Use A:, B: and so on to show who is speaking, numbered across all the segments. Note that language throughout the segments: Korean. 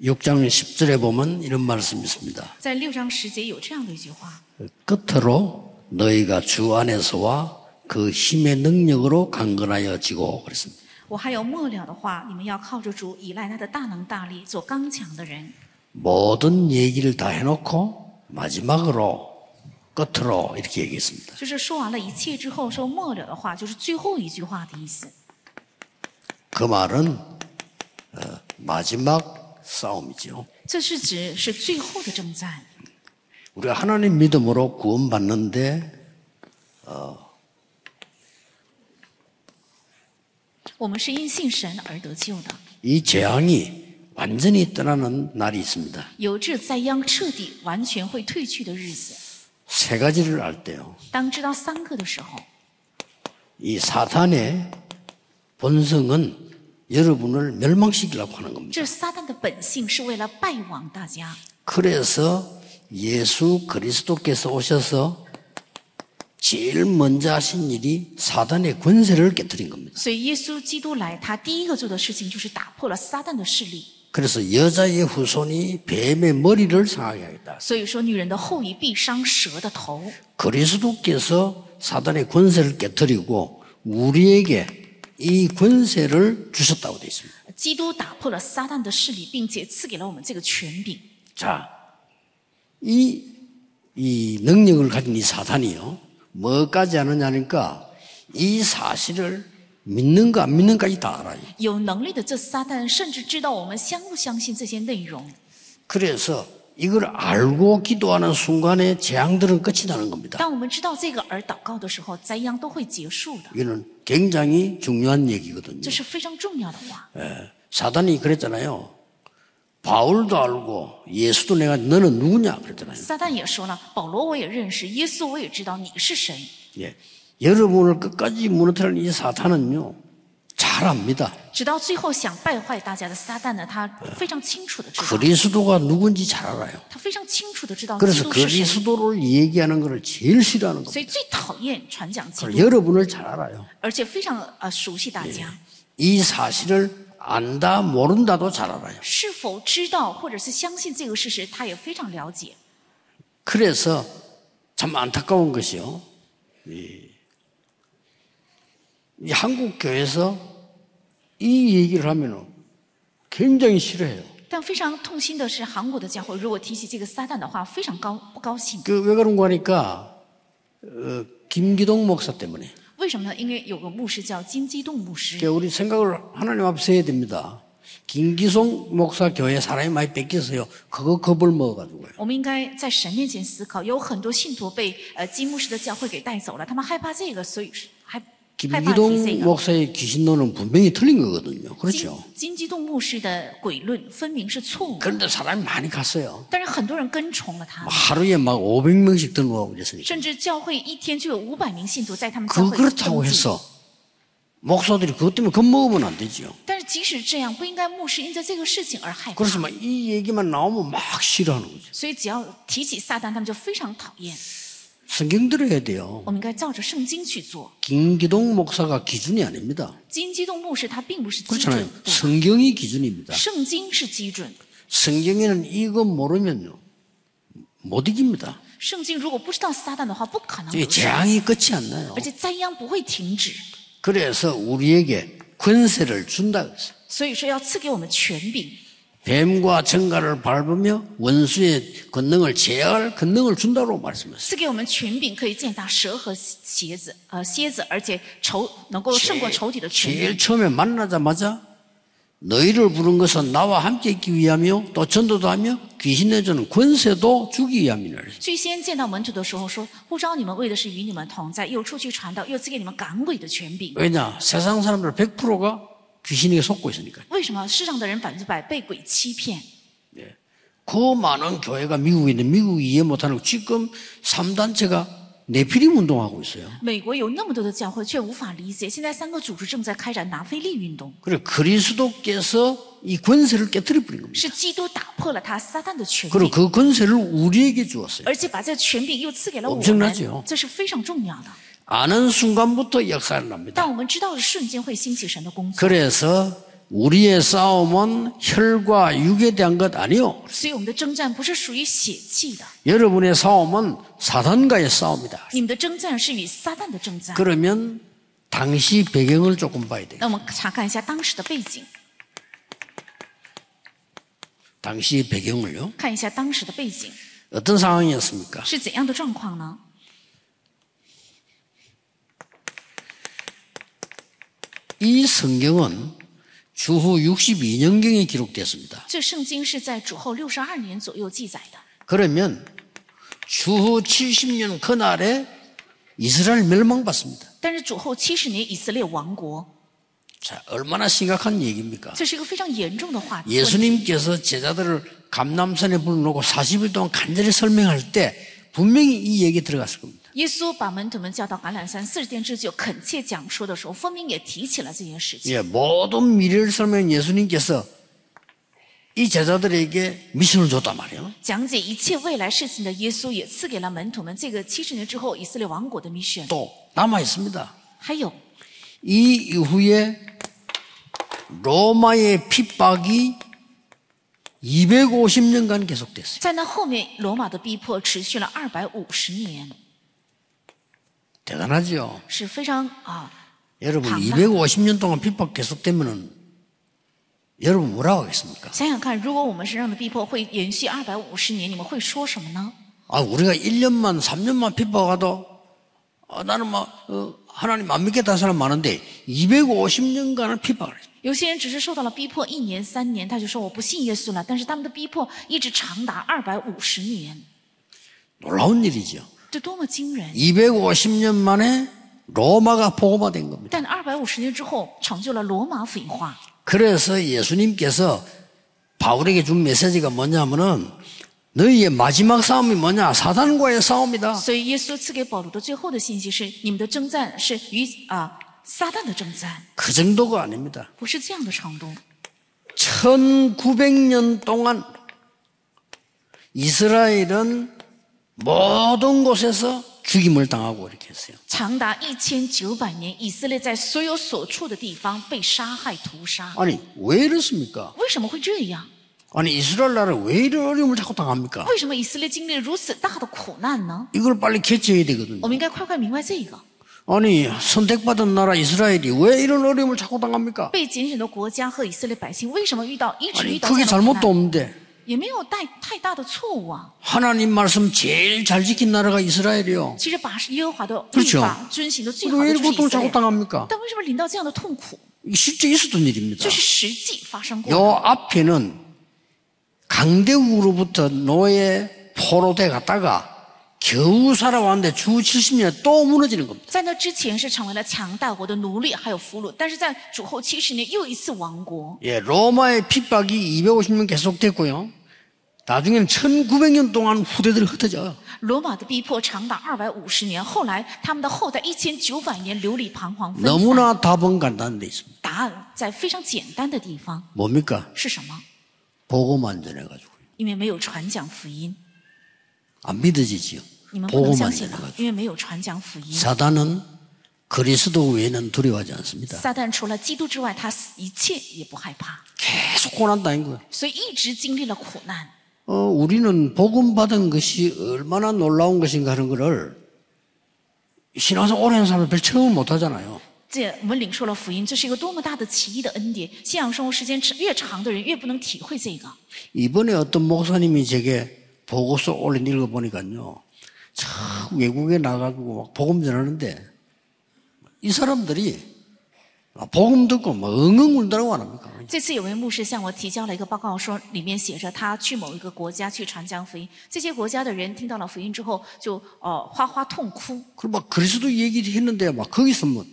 A: 6장 10절에 보면 이런 말씀이 있습니다.
B: 在六章十节有这样的一句话：
A: 끝으로 너희가 주 안에서와 그 힘의 능력으로 강건하여지고 그랬습니다.
B: 我还有末了的话，你们要靠着主，依赖他的大能大力，做刚强的人。
A: 모든 얘기를 다 해놓고 마지막으로 끝으로 이렇게 얘기했습니다.
B: 就是说完了一切之后，说末了的话，就是最后一句话的意思。
A: 그 말은 어, 마지막 싸움이죠.
B: 这是指是最后的征战。
A: 우리가 하나님 믿음으로 구원받는데
B: 我们是因信神而得救的，
A: 이 재앙이 완전히 떠나는 날이 있습니다.
B: 有这灾殃彻底完全会退去的日子。
A: 세 가지를 알 때요.
B: 当知道三个的时候，
A: 이 사탄의 본성은 여러분을 멸망시키려고 하는 겁니다.
B: 这撒旦的本性是为了败亡大家，
A: 그래서 예수 그리스도께서 오셔서 제일 먼저 하신 일이 사단의 권세를 깨뜨린 겁니다.
B: 所以耶稣基督来，他第一个做的事情就是打破了撒旦的势力。
A: 그래서 여자의 후손이 뱀의 머리를 상하게 하겠다.
B: 所以说，女人的后裔必伤蛇的头。
A: 그리스도께서 사단의 권세를 깨뜨리고 우리에게 이 권세를 주셨다고 되어 있습니다.
B: 基督打破了撒旦的势力，并且赐给了我们这个权柄。
A: 자, 이, 이 능력을 가진 이 사단이요. 뭐까지 하느냐니까 이 사실을 믿는가 안 믿는가까지 다 알아요.
B: 有能力的这撒旦甚至知道我们相不相信这些内容，
A: 그래서 이걸 알고 기도하는 순간에 재앙들은 끝이 나는 겁니다.
B: 当我们知道这个而祷告的时候，灾殃都会结束的。
A: 이거는 굉장히 중요한 얘기거든요.
B: 这是非常重要的话。
A: 예, 사단이 그랬잖아요. 바울도 알고 예수도 내가 너는 누구냐 그랬잖아요.
B: 撒旦也说了，保罗我也认识，耶稣我也知道你是谁。
A: 예. 여러분을 끝까지 무너뜨리는 이 사탄은요. 잘 압니다.
B: 直到最后想败坏大家的撒旦呢，他非常清楚的知道，
A: 그리스도가 누군지 잘 알아요.
B: 他非常清楚的知道基
A: 그래서
B: 督是谁，
A: 그리스도를 얘기하는 것을 제일 싫어하는 겁니다.
B: 所以最讨厌传讲基
A: 그걸
B: 督，
A: 여러분을 잘 알아요.
B: 而且非常呃熟悉大家。
A: 이 사실을 안다 모른다도 잘 알아요.
B: 是否知道或者是相信这个事实，他也非常了解。
A: 그래서 참 안타까운 것이요. 이- 이 한국 교회에서 이 얘기를 하면 굉장히 싫어해요.
B: 但非常痛心的是，韩国的教会如果提起这个撒旦的话，非常高不高兴。
A: 그 왜 그런 거니까 어, 김기동 목사 때문에.
B: 为什么呢？因为有个牧师叫金基栋牧师，
A: 그러니까 우리 생각을 하나님 앞에 해야 됩니다. 김기송 목사 교회 사람이 많이 뺏겼어요. 그거 겁을 먹어가지고요.
B: 我们应该在神面前思考，有很多信徒被呃金牧师的教会给带走了，他们害怕这个，所以是害害怕提这
A: 김기동
B: 个。
A: 목사의 귀신론은 분명히 틀린 거거든요.
B: 金
A: 그렇죠.
B: 金基栋牧师的诡论分明是错误的，
A: 그런데 사람이 많이 갔어요.
B: 但是很多人跟从了他
A: 막 ， 하루에 막 500명씩 등록하고 그랬으니까.
B: 甚至教会一天就有五百名信徒在他们教
A: 네. 그
B: 会登
A: 그렇다고
B: 记。
A: 해서 목사들이 그것 때문에 겁먹으면 안 되죠.
B: 但是即使这样，不应该牧师因着这个事情而害怕。
A: 그래서 막 이 얘기만 나오면 막 싫어하는 거죠.
B: 所以只要提起撒旦，他们就非常讨厌。
A: 성경 들어야 돼요.
B: 我们应该照着圣经去做。
A: 김기동 목사가 기준이 아닙니다.
B: 金基动牧师他并不是基准
A: 그렇잖아요. ， 성경이 기준입니다.
B: 圣经是基准。
A: 성경에는 이거 모르면요 못 이깁니다.
B: 圣经如果不知道撒旦的话，不可能
A: 이
B: 得胜，
A: 재앙이 끝이 안 나요.
B: 而且灾殃不会停止。
A: 그래서 우리에게 권세를 준다 그랬어요.
B: 所以说要赐给我们权柄，
A: 뱀과 정갈을 밟으며 원수의 권능을 제어할 권능을 준다고 말씀했어요.
B: 赐给我们权柄可以践踏蛇和蝎子，呃蝎子，而且仇能够胜过仇敌的权
A: 제일
B: 柄。
A: 처음에 만나자마자 너희를 부른 것은 나와 함께 있기 위하며 또 전도도 하며 귀신 내주는 권세도 주기 위함이라. 그랬어요.
B: 最先见到门徒的时候说：“呼召你们为的是与你们同在，又出去传道，又赐给你们赶鬼的权柄。”
A: 왜냐 세상 사람들 100%가 귀신에게 속고 있으니까.
B: 为什么世上的人百分之百被鬼欺骗？
A: 그 많은 교회가 미국에 있는 미국 이해 못하는 지금 3단체가 내피림 운동하고 있어요.
B: 美国有那么多的教会，却无法理解。现在三个组织正在开展拿非利运动，
A: 그리고 그리스도께서 이 권세를 깨뜨려 버린 겁니다.
B: 是基督打破了他撒旦的权
A: 그리고
B: 柄，
A: 그 권세를 우리에게 주었어요.
B: 而且把这权柄又赐给了我
A: 엄청나죠
B: 们，这是非常重要的。
A: 아는 순간부터 역사를 납니다.
B: 但我们知道的瞬间会兴起神的工作，
A: 그래서 우리의 싸움은 혈과 육에 대한 것 아니요.
B: 所以我们的征战不是属于血气的，
A: 여러분의 싸움은 사단과의 싸움이다.
B: 你们的征战是与撒旦的征战。
A: 그러면 당시 배경을 조금 봐야 돼요.
B: 那我们查看一下当时的背景，
A: 당시 배경을요.
B: 看一下当时的背景
A: 어떤 상황이었습니까?
B: 是怎样的状况呢？
A: 이 성경은 주후 62년경에 기록됐습니다.
B: 这圣经是在主后六十二年左右记载的，
A: 그러면 주후 70년 그날에 이스라엘 멸망받습니다.
B: 但是主后七十年以色列亡国，
A: 자, 얼마나 심각한 얘기입니까?
B: 这是一个非常严重的话题。
A: 예수님께서 제자들을 감남산에 불러놓고 40일 동안 간절히 설명할 때 분명히 이 얘기 들어갔을 겁니다.
B: 耶稣把门徒们叫到橄榄山四十天之久，恳切讲说的时候，分明也提起了这件事情。
A: 예, 모든 미래를 설명한 예수님께서 이 제자들에게 미션을 줬단 말이에요.
B: 讲解一切未来事情的耶稣，也赐给了门徒们这个七十年之后以色列王国的 mission。
A: 또 남아 있습니다.
B: 还有，
A: 이 이후에 로마의 핍박이 250년간 계속됐어요.
B: 在那后面，罗马的逼迫持续了二百五十年，
A: 대단하죠.
B: 是非常啊，
A: 여러분
B: 강나.
A: 250년 동안 핍박 계속되면은 여러분 뭐라고 하겠습니까?
B: 想想看，如果我们身上的逼迫会延续二百五十年，你们会说什么呢？
A: 아, 우리가 1년만 3년만 핍박하도 아, 나는 막 어, 하나님 안 믿겠다는 사람 많은데 250년간을 핍박을 했어요.
B: 有些人只是受到了逼迫一年三年，他就说我不信耶稣了，但是他们的逼迫一直长达二百五十年，
A: 놀라운 일이죠.
B: 这多么惊人！
A: 250년 만에 로마가 복음화된 겁니다.
B: 但二百五十年之后，成就了罗马腐化。
A: 그래서 예수님께서 바울에게 준 메시지가 뭐냐면은 너희의 마지막 싸움이 뭐냐? 사단과의 싸움이다.
B: 所以耶稣赐给保罗的最后的信息是：你们的征战是与啊、撒旦的征战，
A: 그 정도가 아닙니다.
B: 不是这样的程度。
A: 1900년 동안 이스라엘은 모든 곳에서 죽임을 당하고 이렇게 했어요.
B: 长达一千九百年，以色列在所有所处的地方被杀害、屠杀。
A: 아니, 왜 이렇습니까?
B: 为什么会这样？
A: 아니, 이스라엘 나라 왜 이런 어려움을 자꾸 당합니까?
B: 为什么以色列经历了如此大的苦难呢？
A: 이걸 빨리 개최해야 되거든요.
B: 我们应该快快明白这个。
A: 아니, 선택받은 나라 이스라엘이 왜 이런 어려움을 자꾸 당합니까?
B: 被拣选的国家和以色列百姓为什么遇到一直
A: 아니,
B: 遇到
A: 크게
B: 这样的苦
A: 잘못도
B: 难？
A: 없는데.
B: 也没有带太大的错误啊。
A: 하나님 말씀 제일 잘 지킨 나라가 이스라엘이요.
B: 其实把耶和华的
A: 그렇
B: 律
A: 죠
B: 法遵循的最好
A: 왜
B: 的就是
A: 고통을
B: 以色
A: 자꾸
B: 列，
A: 당합니까?
B: 但为什么临到这样的痛苦？
A: 실제 있었던 일입니다.
B: 这是实际发生过的。
A: 요 앞에는 강대국으로부터 노예 포로 돼 갔다가 겨우 살아왔는데 주 70년에 또 무너지는 겁니다.
B: 在那之前是成为了强大国的奴隶还有俘虏，但是在主后七十年又一次亡国。
A: 예, 로마의 핍박이 250년 계속됐고요. 나중에는 1900년 동안 후대들이 흩어져요.
B: 罗马的逼迫长达二百五十年，后来他们的后代一千九百年流离彷徨分散。
A: 너무나 답은 간단한 데 있습니다.
B: 答案在非常简单的地方
A: 뭡니까?
B: 是什么？
A: 보고만 전해가지고.
B: 因为没有传讲福音，
A: 안 믿어지지요.
B: 你们不能
A: 보고만
B: 相信
A: 전해가지고.
B: 了，因为没有传讲福音。
A: 사단은 그리스도 외에는 두려워하지 않습니다.
B: 撒旦除了基督之外，他一切也不害怕，
A: 계속 고난다는 거예요.
B: 所以一直经历了苦难。
A: 어, 우리는 복음 받은 것이 얼마나 놀라운 것인가 하는 것을 신앙생 오랜 사람은 별 체험을 못 하잖아요.
B: 这我们领受了福音，这是一个多么大的奇异的恩典！信仰生活时间越长的人，越不能体会这个。
A: 이번에 어떤 목사님이 제게 보고서 올린 읽어보니까요. 참 외국에 나가고 막 복음 전하는데 이 사람들이 복음 듣고 막 엉엉 울더라고 안 합니까?
B: 这次有位牧师向我提交了一个报告说，里面写着他去某一个国家去传讲福音，这些国家的人听到了福音之后就呃哗哗痛哭，
A: 그리고 막 그리스도 얘기를 했는데 막 거기서 뭐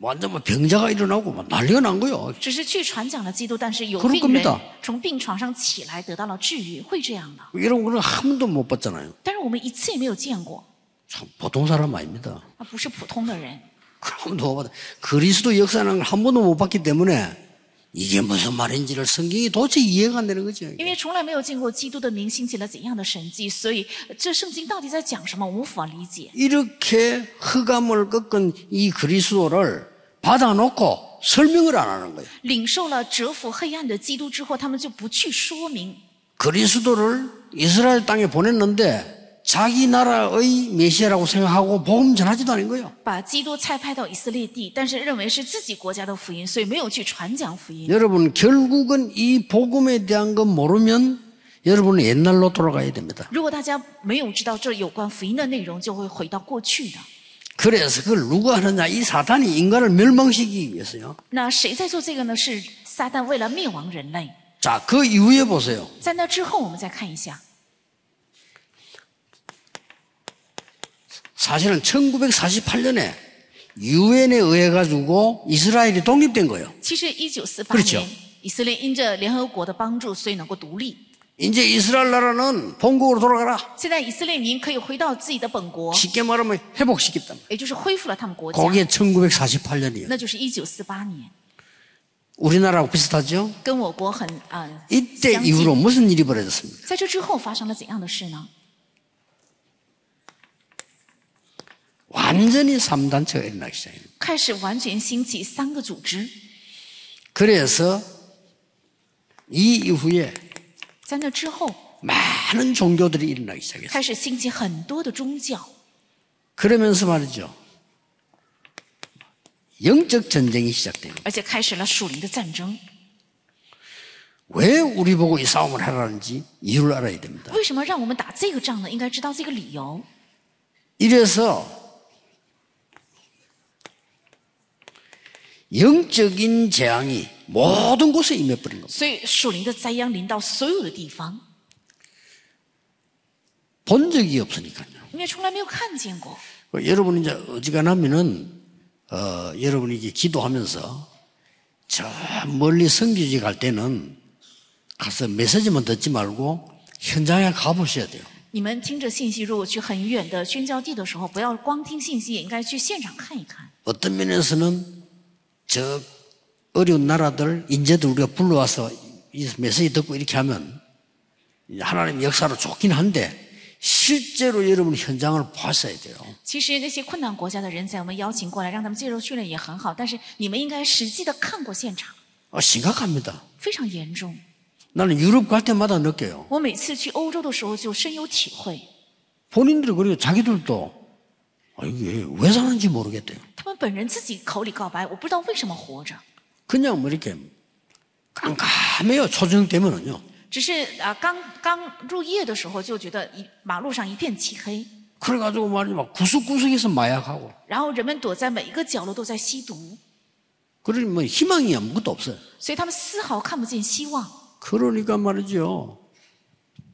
A: 완전 막 병자가 일어나고 막 난리가 난 거예요.
B: 只是去传讲了基督，但是有
A: 그럴
B: 病人
A: 겁니다
B: 从病床上起来得到了治愈，会这样的。
A: 이런 거는 한 번도 못 봤잖아요.
B: 但是我们一次也没有见过，
A: 참 보통 사람 아닙니다.
B: 他不是普通的人。
A: 그런 도못 봤다. 그리스도 역사는 걸 한 번도 못 봤기 때문에 이게 무슨 말인지를 성경이 도저히 이해가 안 되는 거죠.
B: 因为从来没有见过基督的名兴起了怎样的神迹，所以呃这圣经到底在讲什么，我无法理解。
A: 이렇게 흑암을 꺾은 이 그리스도를 받아놓고 설명을 안 하는 거예요.
B: 领受了折服黑暗的基督之后，他们就不去说明
A: 그리스도를 이스라엘 땅에 보냈는데 자기 나라의 메시아라고 생각하고 복음 전하지도 않은 거예요.
B: 把基督差派到以色列地，但是认为是自己国家的福音，所以没有去传讲福音。
A: 여러분 결국은 이 복음에 대한 건 모르면 여러분은 옛날로 돌아가야 됩니다.
B: 如果大家没有知道这有关福音的内容，就会回到过去的。
A: 그래서 그걸 누가 하느냐 이 사탄이 인간을 멸망시키기 위해서요.
B: 那谁在做这个呢？是撒旦为了灭亡人类。
A: 자, 그 이후에 보세요.
B: 在那之后，我们再看一下，
A: 사실은 1948년에 유엔에 의해 가지고 이스라엘이 독립된 거예요.
B: 其实一九四八
A: 不是九
B: 年，以色列因着联合国的帮助，所以能够独立。
A: 이제 이스라엘 나라는 본국으로 돌아가라.
B: 现在以色列民可以回到自己的本国，
A: 쉽게 말하면 회복시켰단 말이에요.
B: 也就是恢复了他们国家，
A: 그게 1948년이에요.
B: 那就是一九四八年，
A: 우리나라하고 비슷하죠?
B: 跟我国很啊、呃
A: 이때
B: 相近
A: 이후로 무슨 일이 벌어졌습니까?
B: 在这之后发生了怎样的事呢？
A: 완전히 3단체가 일어나기 시작해요.
B: 开始完全兴起三个组织，
A: 그래서 이 이후에
B: 在那之后
A: 많은 종교들이 일어나기 시작했어요.
B: 开始兴起很多的宗教，
A: 그러면서 말이죠. 영적 전쟁이 시작돼요.
B: 而且开始了属灵的战争。
A: 왜 우리 보고 이 싸움을 하라는지 이유를 알아야 됩니다.
B: 为什么让我们打这个仗呢？应该知道这个理由。
A: 이래서 영적인 재앙이 모든 곳에 임해버린 겁니다.
B: 所以属灵的灾殃临到所有的地方，
A: 본 적이 없으니까요. 그
B: 因为从来没有看见过。
A: 여러분 이제 어지간하면은 어, 여러분이 이제 기도하면서 저 멀리 성교지 갈 때는 가서 메시지만 듣지 말고 현장에 가보셔야 돼요.
B: 你们听着信息，如果去很远的宣教地的时候，不要光听信息，也应该去现场看一看。
A: 어떤 면에서는 저 어려운 나라들 인재들 우리가 불러와서 이 메시지 듣고 이렇게 하면 하나님 역사로 좋긴 한데 실제로 여러분 현장을 봤어야 돼요.
B: 其实那些困难国家的人才，我们邀请过来，让他们接受训练也很好，但是你们应该实际的看过现场，
A: 아, 심각합니다.
B: 非常严重。
A: 나는 유럽 갈 때마다 느껴요.
B: 我每次去欧洲的时候就深有体会，
A: 본인들이 그리고 자기들도 아, 이게 왜 사는지 모르겠대요.
B: 他们本人自己口里告白，我不知道为什么活着，
A: 그냥 뭐 이렇게 깜깜해요. 초저녁 되면은요.
B: 只是啊、刚刚入夜的时候就觉得一马路上一片漆黑，
A: 그래가지고 말이막 구석구석에서 마약하고
B: 然后人们躲在每一个角落都在吸毒，
A: 그러니 뭐 희망이 아무것도 없어요.
B: 所以他们丝毫看不见希望。
A: 그러니까 말이죠.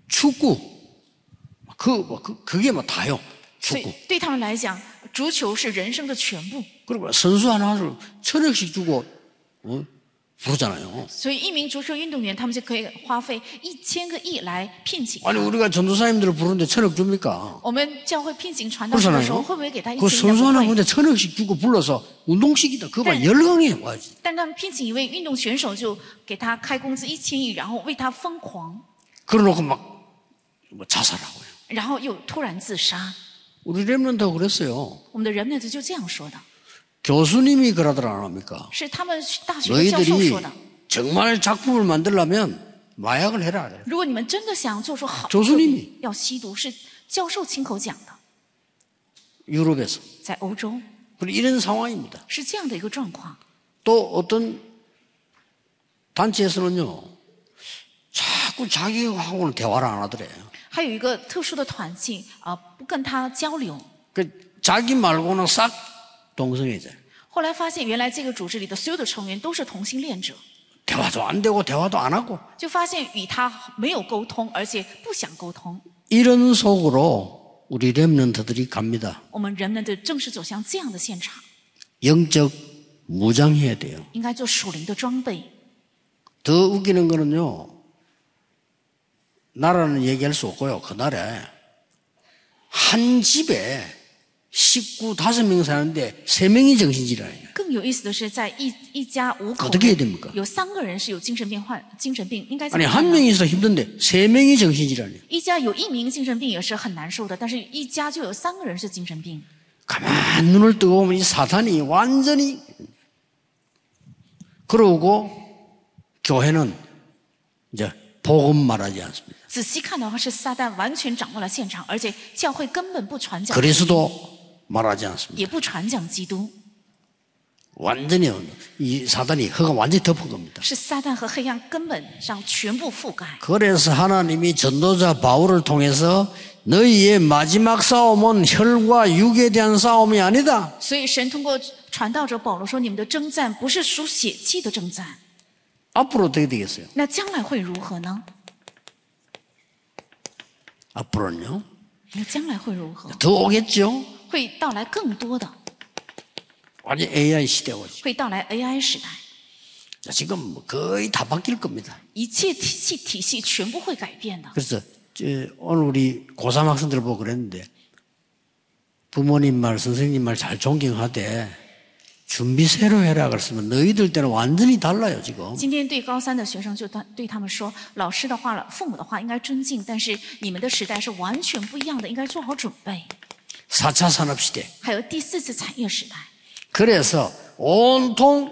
A: 축구. 그, 뭐 그, 그게 뭐 다요.
B: 所以
A: 축구.
B: 对他们来讲，足球是人生的全部。
A: 그리고 선수 하나를 천억씩 주고, 어? 부르잖아요.
B: 所以一名足球运动员，他们就可以花费一千个亿来聘请。
A: 아니, 우리가 전도사님들을 부르는데 천억 줍니까?
B: 我们教会聘请传道人的时候，
A: 아, 그렇잖아요.
B: 会不会给他一
A: 그
B: 千亿？
A: 선수
B: 不
A: 하나
B: 会。
A: 근데 천억씩 주고 불러서 운동식이다. 그거 봐. 열강이에요. 뭐 와,
B: 但他们聘请一位运动选手，就给他开工资一千亿，然后为他疯狂，
A: 그러놓고 막, 뭐 자살하고요.
B: 然后又突然自杀。
A: 우리 랩런트가 그랬어요.
B: 我们的人们子就这样说的，
A: 교수님이 그러더라, 안 합니까?
B: 是他们大学的教授
A: 너희들이
B: 说的。
A: 정말 작품을 만들려면 마약을 해라. 그래요.
B: 如果你们真的想做出好
A: 조수님이
B: 作品，要吸毒是教授亲口讲的，
A: 유럽에서.
B: 在欧洲
A: 그리고 이런 상황입니다.
B: 是这样的一个状况。
A: 또 어떤 단체에서는요, 자꾸 자기하고는 대화를 안 하더래요.
B: 还有一个特殊的团体啊、不跟他交流。
A: 그 자기 말고는 싹 동성애자예요.
B: 后来发现，原来这个组织里的所有的成员都是同性恋者，
A: 대화도 안 되고 대화도 안 하고
B: 就发现与他没有沟通，而且不想沟通。
A: 이런 속으로 우리 렘넌트들이 갑니다.
B: 我们人们的正式走向这样的现场，
A: 영적 무장해야 돼요.
B: 应该做属灵的装备。
A: 더 웃기는 거는요. 나라는 얘기할 수 없고요. 그날에 한 집에 식구 다섯 명 사는데 세 명이 정신질환이에요.
B: 更有意思的是，在一一家五口
A: 어떻게해야됩니까
B: 有三个人是有精神病患精神病，应该怎
A: 아니
B: 么
A: 한
B: 办呢？
A: 명이 있어 힘든데 세 명이 정신질환이에요.
B: 一家有一名精神病也是很难受的，但是一家就有三个人是精神病。
A: 가만 눈을 뜨고 보면 이 사탄이 완전히 그러고 교회는 이제 복음 말하지 않습니다.
B: 仔细看的话，是撒旦完全掌握了现场，而且教会根本不传讲，
A: 그리스도 말하지 않습니다.
B: 也不传讲基督，
A: 완전히 이 사단이 허가 완전히 덮은 겁니다.
B: 是撒旦和黑暗根本上全部覆盖。
A: 그래서 하나님이 전도자 바울을 통해서 너희의 마지막 싸움은 혈과 육에 대한 싸움이 아니다.
B: 所以神通过传道者保罗说：“你们的征战不是属血气的征战，
A: 앞으로 어떻게 되겠어요?
B: 那将来会如何呢？
A: 앞으로는요?
B: 那将来会如何？
A: 더 오겠죠?
B: 会到来更多的，
A: 완전 AI 시대가 오죠.
B: 会到来 AI 时代，
A: 지금 뭐 거의 다 바뀔 겁니다.
B: 一切体系体系全部会改变的。”
A: 그래서 저 오늘 우리 고3 학생들 보고 그랬는데 부모님 말, 선생님 말 잘 존경하되 준비 새로 해라 그랬으면 너희들 때는 완전히 달라요, 지금.
B: 今天对高三的学生就当对他们说，老师的话了，父母的话应该尊敬，但是你们的时代是完全不一样的，应该做好准备。
A: 4차 산업 시대.
B: 还有第四次产业时代，
A: 그래서 온통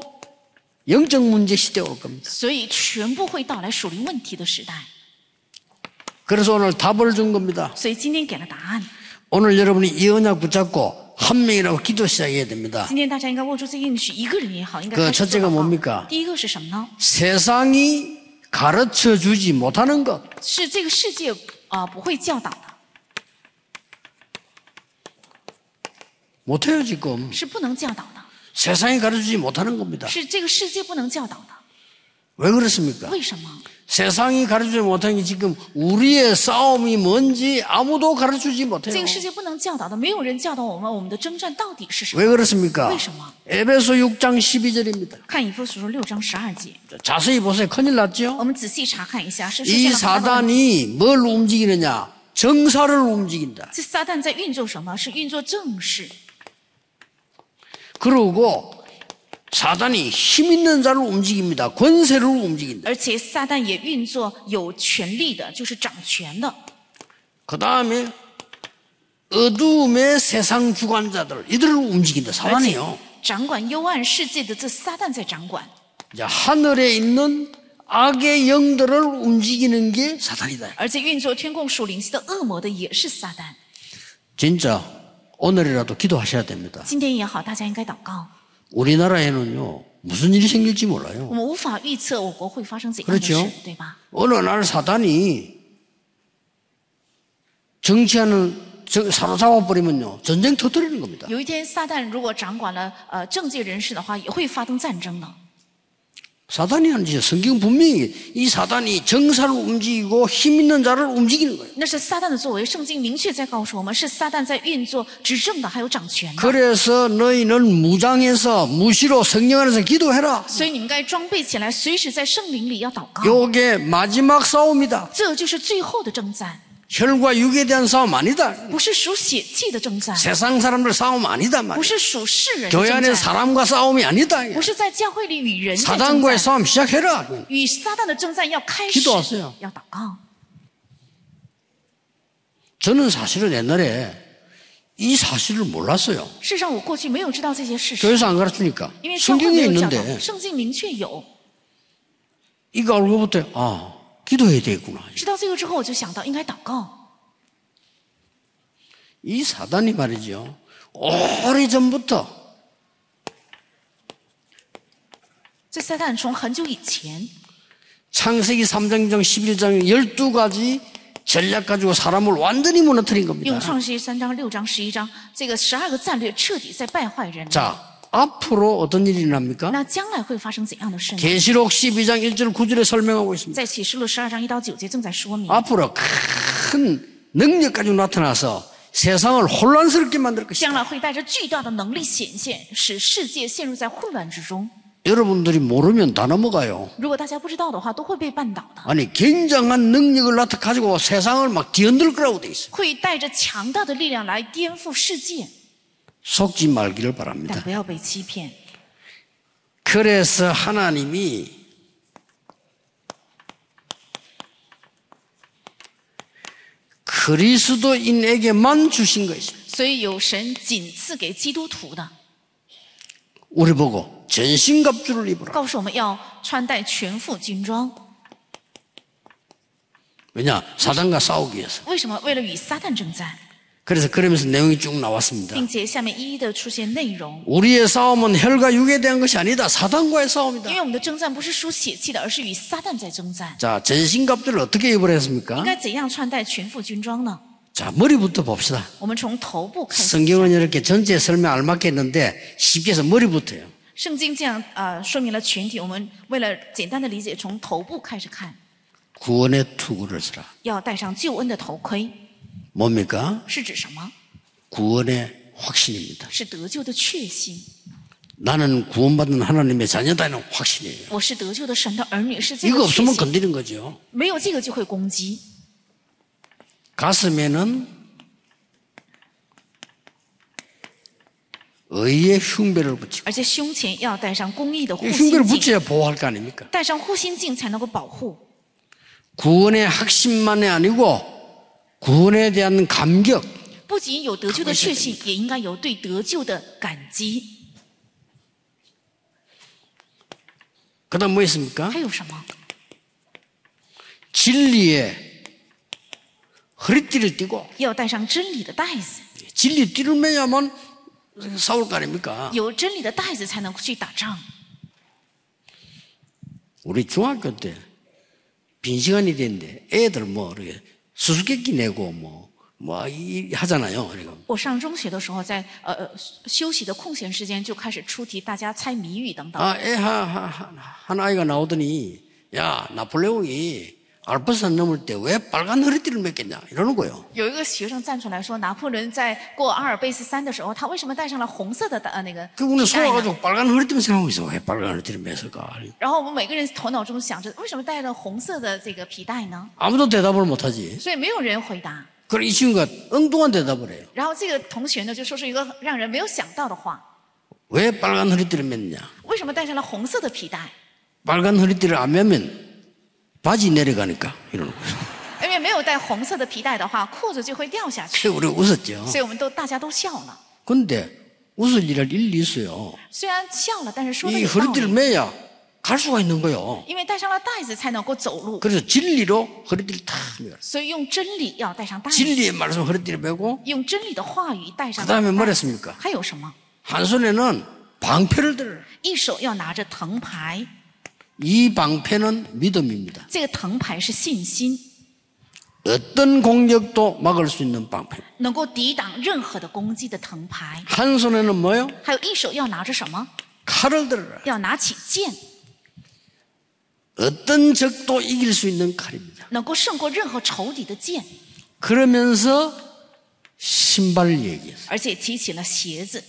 A: 영적 문제 시대 올 겁니다.
B: 所以全部会到来属灵问题的时代。
A: 그래서 오늘 답을 준 겁니다.
B: 所以今天给了答案，
A: 오늘 여러분이 이 언약 붙잡고 한 명이라고 기도 시작해야 됩니다.
B: 今天大家应该握住这个应许，一个人也好，应该
A: 그첫
B: 开始做
A: 째가
B: 祷告
A: 뭡니까
B: 第一个是什么呢？
A: 세상이 가르쳐 주지 못하는 것.
B: 是这个世界啊、呃不会教导的，
A: 못해요, 지금.
B: 是不能教导的，
A: 세상이 가르쳐 주지 못하는 겁니다.
B: 是这个世界不能教导的。
A: 왜 그렇습니까?
B: 为什么？
A: 세상이 가르치지 못한 게 지금 우리의 싸움이 뭔지 아무도 가르치지
B: 这
A: 못해요.
B: 个世界不能教导的，没有人教导我们，我们的征战到底是什么？
A: 왜 그렇습니까?
B: 왜 그러나?
A: 에베소 6장 12절입니다.
B: 看以弗所书六章十二节。
A: 자세히 보세요. 큰일
B: 我
A: 났죠?
B: 们仔细查看一下，是出现
A: 이
B: 了撒旦。
A: 사단이 뭘 움직이느냐? 정사를 움직인다.
B: 这撒旦在运作什么？是运作正事，
A: 그리고 사단이 힘 있는 자를 움직입니다. 권세를 움직인다.
B: 而且撒旦也运作有权力的，就是掌权的。
A: 그 다음에 어둠의 세상 주관자들, 이들을 움직인다.
B: 而且
A: 사단이요.
B: 掌管幽暗世界的这撒旦在掌管，
A: 이제 하늘에 있는 악의 영들을 움직이는 게 사탄이다.
B: 而且运作天共属灵系的恶魔的也是撒旦。
A: 진짜 오늘이라도 기도하셔야 됩니다.
B: 今天也好，大家应该祷告。
A: 우리나라에는요 무슨 일이 생길지
B: 我
A: 몰라요.
B: 们无法预测我国会发生怎样的
A: 그렇죠
B: 事，对吧？
A: 어느 날 사단이 정치하는 저- 사로잡아 버리면요 전쟁 터뜨리는 겁니다.
B: 有一天，撒旦如果掌管了呃政界人士的话，也会发动战争的。
A: 사단이 하는 짓 성경 분명히 이 사단이 정사를 움직이고 힘 있는 자를 움직이는 거예요.
B: 那是撒旦的作为，圣经明确在告诉我们，是撒旦在运作执政的，还有掌权的。
A: 그래서 너희는 무장해서 무시로 성령 안에서 기도해라.
B: 所以你们该装备起来，随时在圣灵里要祷告。
A: 요게 마지막 싸움이다.
B: 这就是最后的征战，
A: 혈과 육에 대한 싸움 아니다.
B: 不是属血气的征战，
A: 세상 사람들 싸움 아니다
B: 不
A: 말이야.
B: 是属世人
A: 교회
B: 的
A: 안에
B: 征战，
A: 사람과 싸움이 아니다.
B: 不是在教会里与人在征
A: 사단과의
B: 战，
A: 싸움 시작해라.
B: 与撒旦的征战要开始
A: 기도하세요 ，
B: 要祷告。
A: 저는 사실은 옛날에 이 사실을 몰랐어요.
B: 事实上，我过去没有知道这些事实，
A: 교회에서 안 가르치니까
B: 因为教会
A: 성경에
B: 没有教导
A: 있는데 ，
B: 圣经明确有。
A: 이거 알고부터 아 기도해야 되겠구나.
B: 知道这个之后，我就想到应该祷告。
A: 이 사단이 말이죠. 오래 전부터
B: 这撒旦从很久以前，
A: 창세기 3장 11장 12가지 전략 가지고 사람을 완전히 무너뜨린
B: 用
A: 겁니다.
B: 创世记三章、六章、十一章这个十二个战略，彻底在败坏人。
A: 자, 앞으로 어떤 일이 납니까?
B: 那将来会发生怎样的事呢？
A: 계시록 12장 1절 9절에 설명하고 있습니다.
B: 在启示录十二章一到九节正在说明，
A: 앞으로 큰 능력 가지고 나타나서 세상을 혼란스럽게 만들 것이다.
B: 将来会带着巨大的能力显现，使世界陷入在混乱之中。
A: 여러분들이 모르면 다 넘어가요.
B: 如果大家不知道的话，都会被绊倒的，
A: 아니 굉장한 능력을 나타 가지고 세상을 막 뒤흔들 거라고 돼 있어요.
B: 会带着强大的力量来颠覆世界，
A: 속지 말기를
B: 但
A: 바랍니다.
B: 不要被欺骗。
A: 그래서 하나님이 그리스도인에게만 주신 것이
B: 所以有神仅赐给基督徒的，
A: 우리 보고 전신갑주를 입어라.
B: 告诉我们要穿戴全副军装。
A: 왜냐? 사단과 싸우기 위해서.
B: 为什么？为了与撒旦征战，
A: 그래서 그러면서 내용이 쭉 나왔습니다.
B: 并且下面一一的出现内容。
A: 우리의 싸움은 혈과 육에 대한 것이 아니다. 사단과의
B: 因
A: 싸움이다.
B: 为我们的征战不是输血气的，而是与撒旦在征战。
A: 자, 전신갑주를 어떻게 입으라 했습니까?
B: 应该怎样穿戴全副军装呢？
A: 자, 머리부터 봅시다.
B: 我们从头部开始。
A: 성경은 이렇게 전체 설명 알맞게 했는데 쉽게 해서 머리부터요.
B: 圣经这样呃说明了群体。我们为了简单的理解，从头部开始看，
A: 구원의 투구를 쓰라.
B: 要戴上救恩的头盔，
A: 뭡니까?
B: 是指什么？
A: 구원의 확신입니다.
B: 是得救的确信。
A: 나는 구원받은 하나님의 자녀다는 확신이에요.
B: 我是得救的神的儿女，是这
A: 이거
B: 个确
A: 없으면
B: 信。
A: 건드리는 거죠.
B: 没有这个就会攻击。
A: 가슴에는 의의 흉배를 붙이고
B: 而且胸前要戴上公益的护
A: 이 흉배를
B: 心镜，
A: 붙여야 보호할 거 아닙니까?
B: 戴上护心镜才能够保护。
A: 구원의 확신만이 아니고 구원에 대한 감격
B: 不仅有得救的确信，也应该有对得救的感激。
A: 그다음 뭐 있습니까?
B: 还有什么？
A: 진리에 허리띠를 띠고
B: 要戴上真理的带子，
A: 진리 띠를 매야만 싸울 거 아닙니까?
B: 有真理的带子才能去打仗。
A: 우리 중학교 때 빈시간이 됐는데 애들 뭐 이렇게 수수께끼 내고 뭐뭐 하잖아요. 그러니까
B: 我上中学的时候在，呃呃休息的空闲时间就开始出题，大家猜谜语等等。
A: 아, 애 하- 하- 하- 한 아이가 나오더니 야 나폴레옹이 알프스산 넘을 때 왜 빨간 허리띠를 맸겠냐 이러는 거예요.
B: 有一个学生站出来说，拿破仑在过阿尔卑斯山的时候，他为什么戴上了红色的带呃那个
A: 그 오늘
B: 皮带呢？
A: 속아가지고 빨간 허리띠만 생각하고 있어. 왜 빨간 허리띠를 맸을까?
B: 然后我们每个人头脑中想着，为什么戴了红色的这个皮带呢？
A: 아무도 대답을 못하지.
B: 所以没有人回答。
A: 그럼 이 친구가 엉뚱한 대답을 해요.
B: 然后这个同学呢，就说出一个让人没有想到的话：
A: 왜 빨간 허리띠를 맸냐?
B: 为什么戴上了红色的皮带？
A: 빨간 허리띠를 안 매면 바지 내려가니까 이러는 거예요.
B: 因为没有戴红色的皮带的话，裤子就会掉下去。
A: 그래서 우리 웃었죠.
B: 所以我们都大家都笑了。
A: 근데 웃을 일할 일리 있어요.
B: 虽然笑了，但是说的
A: 이
B: 有道
A: 허리띠를
B: 理。
A: 매야 갈 수가 있는 거예요.
B: 因为戴上了带子才能够走路，
A: 그래서 진리로 허리띠를 탁 매요.
B: 所以用真理要戴上带子，
A: 진리의 말씀 허리띠를 매고
B: 用真理的话语戴上
A: 그
B: 带
A: 다음에
B: 子。
A: 뭘 했습니까?
B: 还有什么？
A: 한 손에는 방패를 들어요.
B: 一手要拿着藤牌，
A: 이 방패는 믿음입니다.
B: 这个藤牌是信心，
A: 어떤 공격도 막을 수 있는 방패.
B: 能够抵挡任何的攻击的藤牌。
A: 한 손에는 뭐요?
B: 还有一手要拿着什么？
A: 칼을 들어라.
B: 要拿起剑，
A: 어떤 적도 이길 수 있는 칼입니다.
B: 能够胜过任何仇敌的剑，
A: 그러면서 신발을 얘기했어요.
B: 而且提起了鞋子，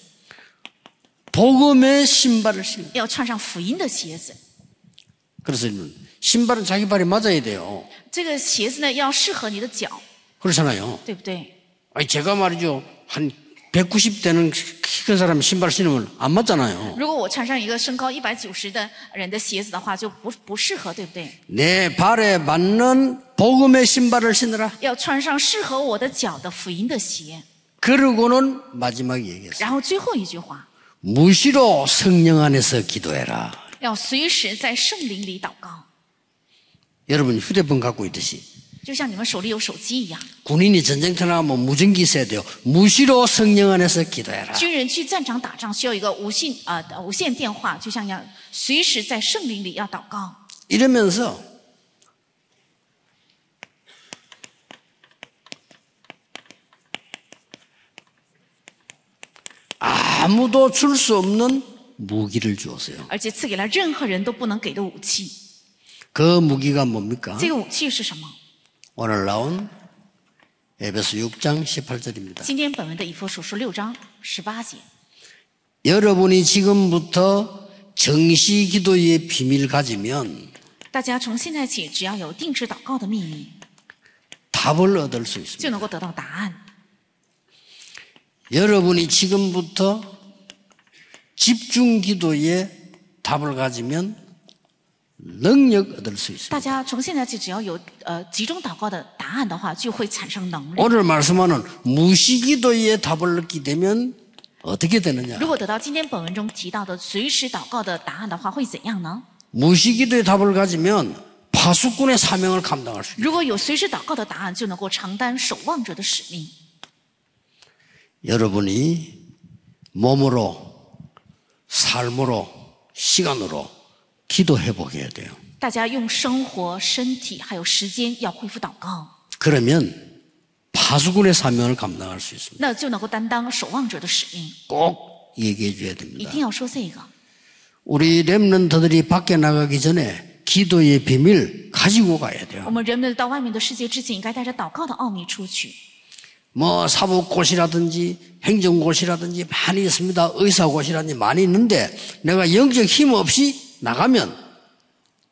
A: 복음의 신발을 신고.
B: 要穿上福音的鞋子。
A: 그래서 이런 신발은 자기 발에 맞아야 돼요.
B: 这个鞋子呢，要适合你的脚，
A: 그렇잖아요.
B: 对不对？
A: 아니 제가 말이죠. 한 190 되는 키 큰 사람 신발 신으면 안 맞잖아요.
B: 如果我穿上一个身高一百九十的人的鞋子的话，就不不适合，对不对？
A: 내 발에 맞는 복음의 신발을 신으라.
B: 要穿上适合我的脚的福音的鞋。
A: 그러고는 마지막에 얘기했어요.
B: 然后最后一句话，
A: 무시로 성령 안에서 기도해라.
B: 要随时在圣灵里祷告，
A: 여러분 휴대폰 갖고 있듯이
B: 就像你们手里有手机一样。
A: 군인이 전쟁터 나가면 뭐 무전기 있어야 돼요. 무시로 성령 안에서 기도해라.
B: 军人去战场打仗需要一个无线啊、呃无线电话，就像要随时在圣灵里要祷告。
A: 이러면서 아무도 줄 수 없는 무기를 주었어요.
B: 而且赐给了任何人都不能给的武器。
A: 그 무기가 뭡니까?
B: 这个武器是什么？
A: 오늘 나온 에베소 6장 18절입니다.
B: 今天本文的以弗所书六章十八节，
A: 여러분이 지금부터 정시 기도의 비밀 가지면
B: 大家从现在起，只要有定制祷告的秘密，
A: 답을 얻을 수 있습니다.
B: 就能够得到答案。
A: 여러분이 지금부터 집중 기도에 답을 가지면 능력 얻을 수 있습니다.
B: 大家从现在起，只要有呃集中祷告的答案的话，就会产生能力。
A: 오늘 말씀하는 무시 기도에 답을 얻게 되면 어떻게 되느냐?
B: 如果得到今天本文中提到的随时祷告的答案的话，会怎样呢？
A: 무시기도의 답을 가지면 파수꾼의 사명을 감당할 수 있어요.
B: 如果有随时祷告的答案，就能够承担守望者的使命。
A: 여러분이 몸으로, 삶으로, 시간으로 기도해 보게 해야 돼요.
B: 大家用生活、身体还有时间要恢复祷告，
A: 그러면 파수꾼의 사명을 감당할 수 있습니다.
B: 那就能够担当守望者的使命。
A: 꼭 얘기해 줘야
B: 一
A: 됩니다.
B: 定要说这个。
A: 우리 랩런터들이 밖에 나가기 전에 기도의 비밀 가지고 가야
B: 我
A: 돼요.
B: 们人们到外面的世界之前，应该带着祷告的奥秘出去。
A: 뭐 사법고시라든지 행정고시라든지 많이 있습니다. 의사고시라든지 많이 있는데 내가 영적 힘 없이 나가면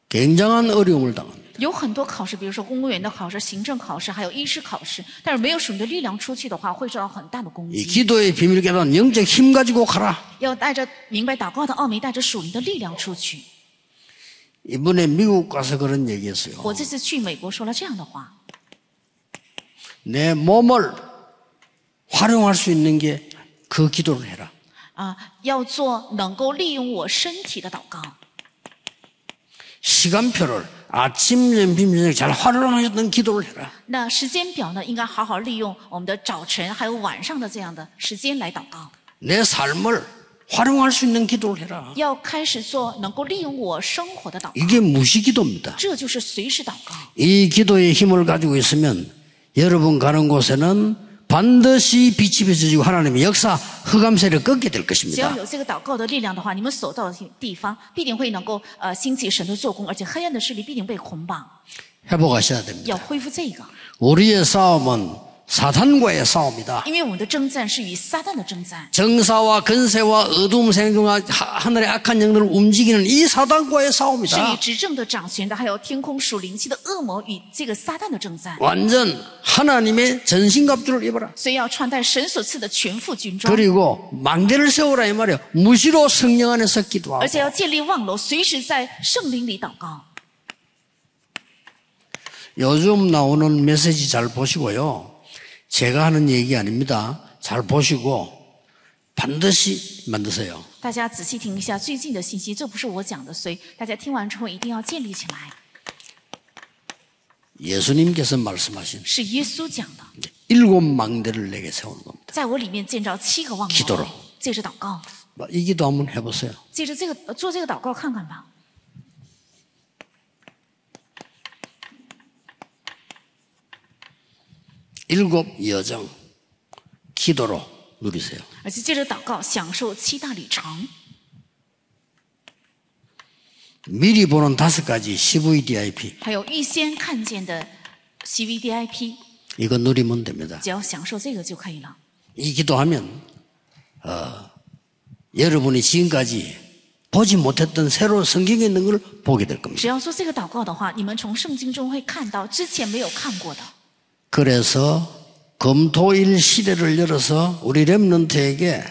A: 굉장한 어려움을 당합니다.
B: 有很多考试，比如说公务员的考试、行政考试，还有医师考试，但是没有属灵的力量出去的话，会受到很大的攻
A: 이
B: 击。
A: 기도의 비밀 계단 영적 힘 가지고 가라.
B: 要带着明白祷告的奥秘，带着属灵的力量出去。
A: 이번에 미국 가서 그런 얘기했어요.
B: 我这次去美国说了这样的话：
A: 내 몸을 활용할 수 있는 게 그 기도를 해라.
B: 啊，要做能够利用我身体的祷告，
A: 시간표를 아침, 점심, 저녁 잘 활용하셨던 기도를 해라.
B: 那时间表呢，应该好好利用我们的早晨还有晚上的这样的时间来祷告。
A: 내 삶을 활용할 수 있는 기도를 해라.
B: 要开始做能够利用我生活的祷告，
A: 이게 무시기도입니다.
B: 这就是随时祷告。
A: 이 기도의 힘을 가지고 있으면 여러분 가는 곳에는 반드시 빛이 비춰지고 하나님의 역사 흑암세를 꺾게 될
B: 只要
A: 것입니다.
B: 有这个祷告的力量的话，你们所到的地方必定会能够呃兴起神的做工，而且黑暗的势力必定被捆绑。
A: 회복하셔야 됩니다.
B: 要恢复这个，
A: 우리의 싸움은 사탄과의 싸움이다.
B: 因为我们的征战是与撒旦的征战，
A: 정사와 건세와 어둠 생존과 하- 하늘의 악한 영들을 움직이는 이 사단과의
B: 是与
A: 싸움이다.
B: 执政的、掌权的，还有天空属灵气的恶魔与这个撒旦的征战。
A: 완전 하나님의 전신갑주를 입어라.
B: 所以要穿戴神所赐的全副军装，
A: 그리고 망대를 세우라 이 말이에요. 무시로 성령 안에서
B: 而
A: 기도하고
B: 且要建立望楼，随时在圣灵里祷告。
A: 요즘 나오는 메시지 잘 보시고요. 제가 하는 얘기 아닙니다. 잘 보시고 반드시 만드세요.
B: 大家仔细听一下最近的信息，这不是我讲的，所以大家听完之后一定要建立起来，
A: 예수님께서 말씀하신
B: 是耶稣讲的，
A: 일곱 망대를 내게 세우는 겁니다.
B: 在我里面建造七个望
A: 基督
B: 楼
A: 了，
B: 借着祷告。
A: 뭐 이 기도 한번 해보세요.
B: 借着这个呃做这个祷告看看吧。
A: 일곱 여정 기도로 누리세요.
B: 而且借着祷告享受七大里程，
A: 미리 보는 다섯 가지 CVDIP
B: 还有预先看见的 CVDIP，
A: 이거 누리면 됩니다.
B: 只要享受这个就可以了。
A: 이 기도하면 어, 여러분이 지금까지 보지 못했던 새로운 성경에 있는 걸 보게 될 겁니다.
B: 只要做这个祷告的话，你们从圣经中会看到之前没有看过的。
A: 그래서 검토일 시대를 열어서 우리 렘넌트에게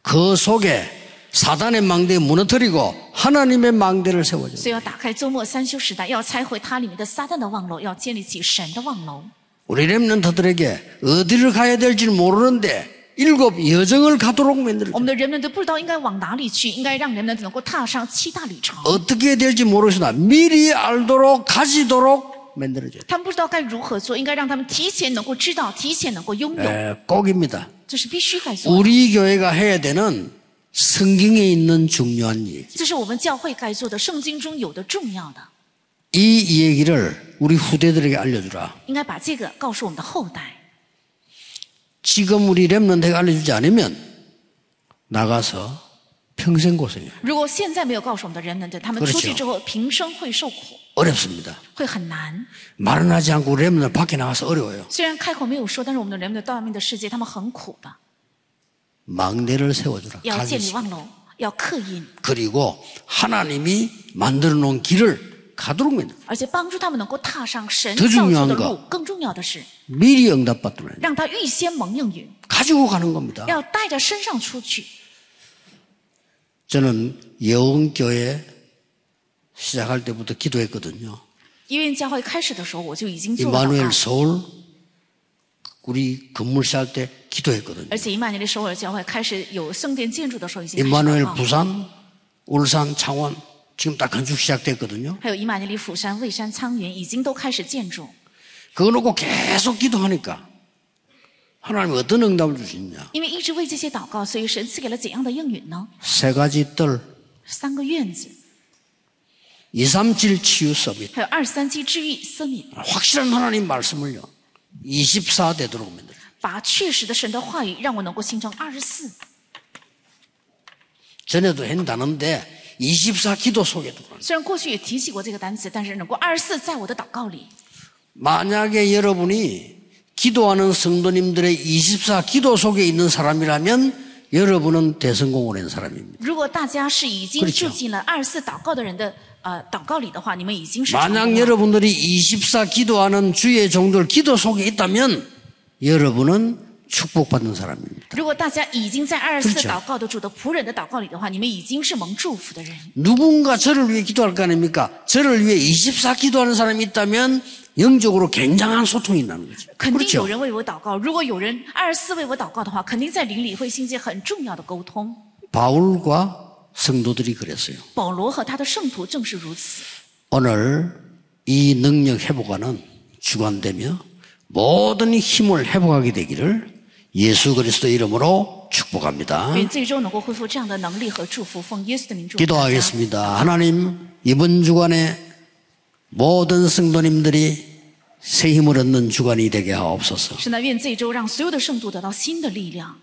A: 그 속에 사단의 망대 무너뜨리고 하나님의 망대를 세워줘.
B: 所以要打开周末三休时代，要拆毁它里面的撒旦的望楼，要建立起神的望楼。
A: 우리 렘넌트들에게 어디를 가야 될지 모르는데 일곱 여정을 가도록 만들어.
B: 我们的人们都不知道应该往哪里去，应该让人们能够踏上七大旅程。
A: 어떻게 해야 될지 모르시나 미리 알도록 가지도록 만들어줘야 돼.
B: 他们不知道该如何做，应该让他们提前能够知道，提前能够拥有，
A: 에, 예, 꼭입니다.
B: 这是必须该做的。
A: 우리 교회가 해야 되는 성경에 있는 중요한 얘기.
B: 这是我们教会该做的，圣经中有的重要的，
A: 이 얘기를 우리 후대들에게 알려주라.
B: 应该把这个告诉我们的后代。
A: 지금 우리 랩런트에게 알려주지 않으면 나가서 평생 고생해요.
B: 如果现在没有告诉我们的人们，对他们
A: 그렇죠
B: 出去之后，平生会受苦，
A: 어렵습니다.
B: 会很难。
A: 말은 하지 않고 랩런트 밖에 나가서 어려워요.
B: 虽然开口没有说，但是我们的人们到外面的世界，他们很苦的，
A: 망대를 세워주라.
B: 要建立
A: 가겠습니다.
B: 望楼，要刻印，
A: 그리고 하나님이 만들어 놓은 길을 가도록 만들어.
B: 而且帮助他们能够踏上神
A: 더
B: 造
A: 중
B: 就
A: 요한
B: 的
A: 거
B: 路。更重要的是，
A: 미리 응답받도록 해요.
B: 让他预先蒙应允，
A: 가지고 가는 겁니다.
B: 要带着身上出去。
A: 저는 여운교회 시작할 때부터 기도했거든요.
B: 아. 因为教会开始的时候，我就已经做了祷
A: 이마누엘
B: 告。
A: 서울 우리 건물 세할 때 기도했거든요.
B: 而且一八年的首尔教会开始有圣殿建筑的时候，已经开始啊祷
A: 임마누엘
B: 告。
A: 부산, 울산, 창원 지금 다 건축 시작됐거든요.
B: 还有一马尼里釜山、蔚山、沧源已经都开始建筑。
A: 그거 놓고 계속 기도하니까 하나님 어떤 응답을 주시느냐.
B: 因为一直为这些祷告，所以神赐给了怎样的应允呢？
A: 세 가지 뜰,
B: 三个院子，
A: 237 치유 서밋.
B: 还有二三七治愈森林，
A: 확실한 하나님 말씀을요. 24대도록 하면 돼요.
B: 把确实的神的话语让我能够形成二十四。
A: 전에도 했다는데 24 기도 속에 들어.
B: 虽然过去也提起过这个单词，但是能够二十四在我的祷告里。
A: 만약에 여러분이 기도하는 성도님들의 24 기도 속에 있는 사람이라면 여러분은 대성공을 한 사람입니다.
B: 如果大家是已经
A: 그렇죠
B: 住进了二十四祷告的人的呃祷告里的话，你们已经是成
A: 만약
B: 功了。
A: 여러분들이 24 기도하는 주의 종들 기도 속에 있다면 여러분은 축복받는 사람입니다.
B: 如果大家已经在二十
A: 그
B: 四
A: 렇죠
B: 祷告的主的仆人的祷告里的话，你们已经是蒙祝福的人。
A: 누군가 저를 위해 기도할 거 아닙니까? 저를 위해 24 기도하는 사람이 있다면 영적으로 굉장한 소통이 나는 거죠.
B: 肯定
A: 그렇죠?
B: 有人为我祷告。如果有人二十四为我祷告的话，肯定在灵里会兴起很重要的沟通。
A: 바울과 성도들이 그랬어요.
B: 保罗和他的圣徒正是如此。
A: 오늘 이 능력 회복하는 주관되며 모든 힘을 회복하게 되기를 예수 그리스도 이름으로 축복합니다.
B: 愿最终能够恢复这样的能力和祝福，奉耶稣的名祝福大家。
A: 기도하겠습니다. 하나님 이번 주간에 모든 성도님들이 새 힘을 얻는 주간이 되게 하옵소서.
B: 神呢，愿这一周让所有的圣徒得到新的力量，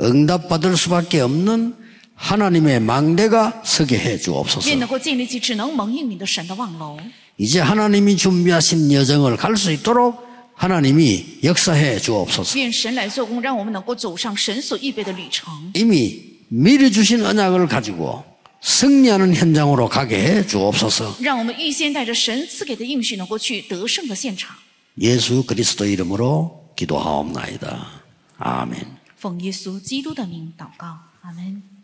A: 응답받을 수밖에 없는 하나님의 망대가 서게 해 주옵소서.
B: 愿能够建立起只能蒙应你的神的望楼。
A: 이제 하나님이 준비하신 여정을 갈 수 있도록 하나님이 역사해 주옵소서.
B: 愿神来做工，让我们能够走上神所预备的旅程。
A: 이미 미리 주신 언약을 가지고 승리하는 현장으로 가게 해 주옵소서.
B: 让我们预先带着神赐给的应许，能够去得胜的现场。
A: 예수 그리스도 이름으로 기도하옵나이다. 아멘.
B: 奉耶稣基督的名祷告，阿门。